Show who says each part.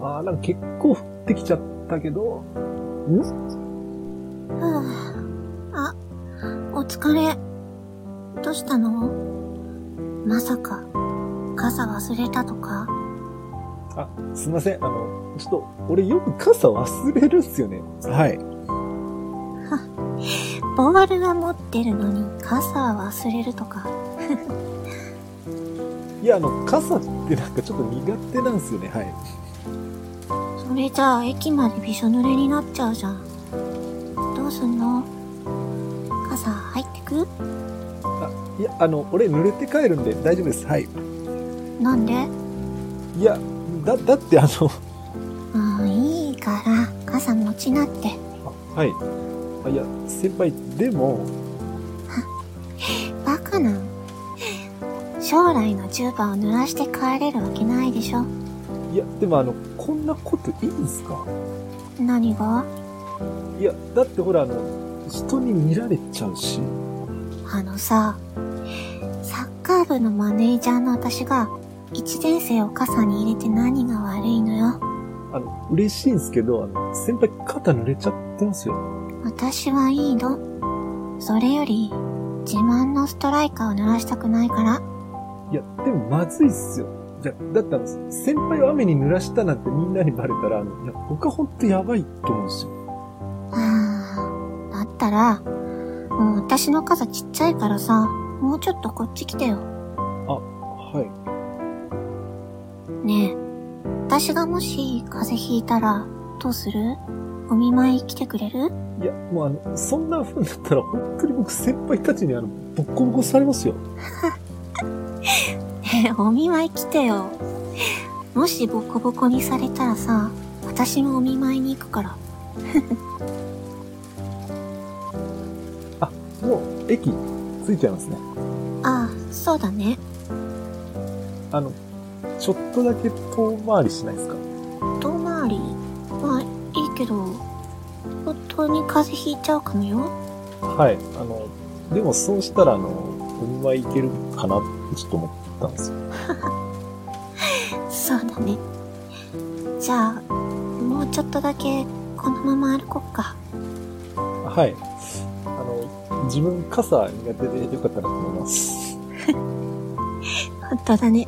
Speaker 1: ああ、なんか結構降ってきちゃったけど、ん
Speaker 2: ふあ、お疲れ。どうしたのまさか、傘忘れたとか
Speaker 1: あ、すいません。あの、ちょっと、俺よく傘忘れるんすよね。
Speaker 3: はい。
Speaker 2: ボールは持ってるのに傘忘れるとか。
Speaker 1: いや、あの、傘ってなんかちょっと苦手なんすよね。
Speaker 3: はい。
Speaker 2: それじゃあ駅までびしょ濡れになっちゃうじゃん。どうすんの傘入ってく
Speaker 1: いや、あの、俺濡れて帰るんで大丈夫です。
Speaker 3: はい。
Speaker 2: なんで
Speaker 1: いや、だ、だってあの、
Speaker 2: もういいから、傘持ちなって。
Speaker 1: あはい。あいや、先輩、でも、
Speaker 2: バカなん。 将来の10番を濡らして帰れるわけないでしょ。
Speaker 1: いや、でもあの、こんなこといいんすか
Speaker 2: 何が
Speaker 1: いや、だってほら、あの、人に見られちゃうし。
Speaker 2: あのさ、サッカー部のマネージャーの私が、一年生を傘に入れて何が悪いのよ。
Speaker 1: あの、嬉しいんすけど、あの、先輩肩濡れちゃってますよ。
Speaker 2: 私はいいの。それより、自慢のストライカーを濡らしたくないから。
Speaker 1: いや、でもまずいっすよ。じゃ、だってあの、先輩を雨に濡らしたなんてみんなにバレたら、あの、いや、僕はほんとやばいと思うんですよ。
Speaker 2: あー、だったら、もう私の傘ちっちゃいからさ、もうちょっとこっち来てよ。
Speaker 1: は
Speaker 2: ねえ、私がもし風邪ひいたら、どうするお見舞い来てくれる
Speaker 1: い。いや、もうあの、そんな風になったら、本当に僕先輩たちにあの、ボッコボコされますよ。
Speaker 2: え、お見舞い来てよ。もしボコボコにされたらさ、私もお見舞いに行くから。
Speaker 1: もう、駅、着いちゃいますね。
Speaker 2: ああ、そうだね。
Speaker 1: あの、ちょっとだけ遠回りしないですか
Speaker 2: 遠回り。まあ、いいけど、本当に風邪ひいちゃうかもよ。
Speaker 1: はい。あの、でもそうしたら、あの、お見舞い行けるかなってちょっと思ったんですよ。
Speaker 2: そうだね。じゃあ、もうちょっとだけ、このまま歩こっか。
Speaker 1: はい。あの、自分傘苦手でよかったなと思います。
Speaker 2: 本当だね。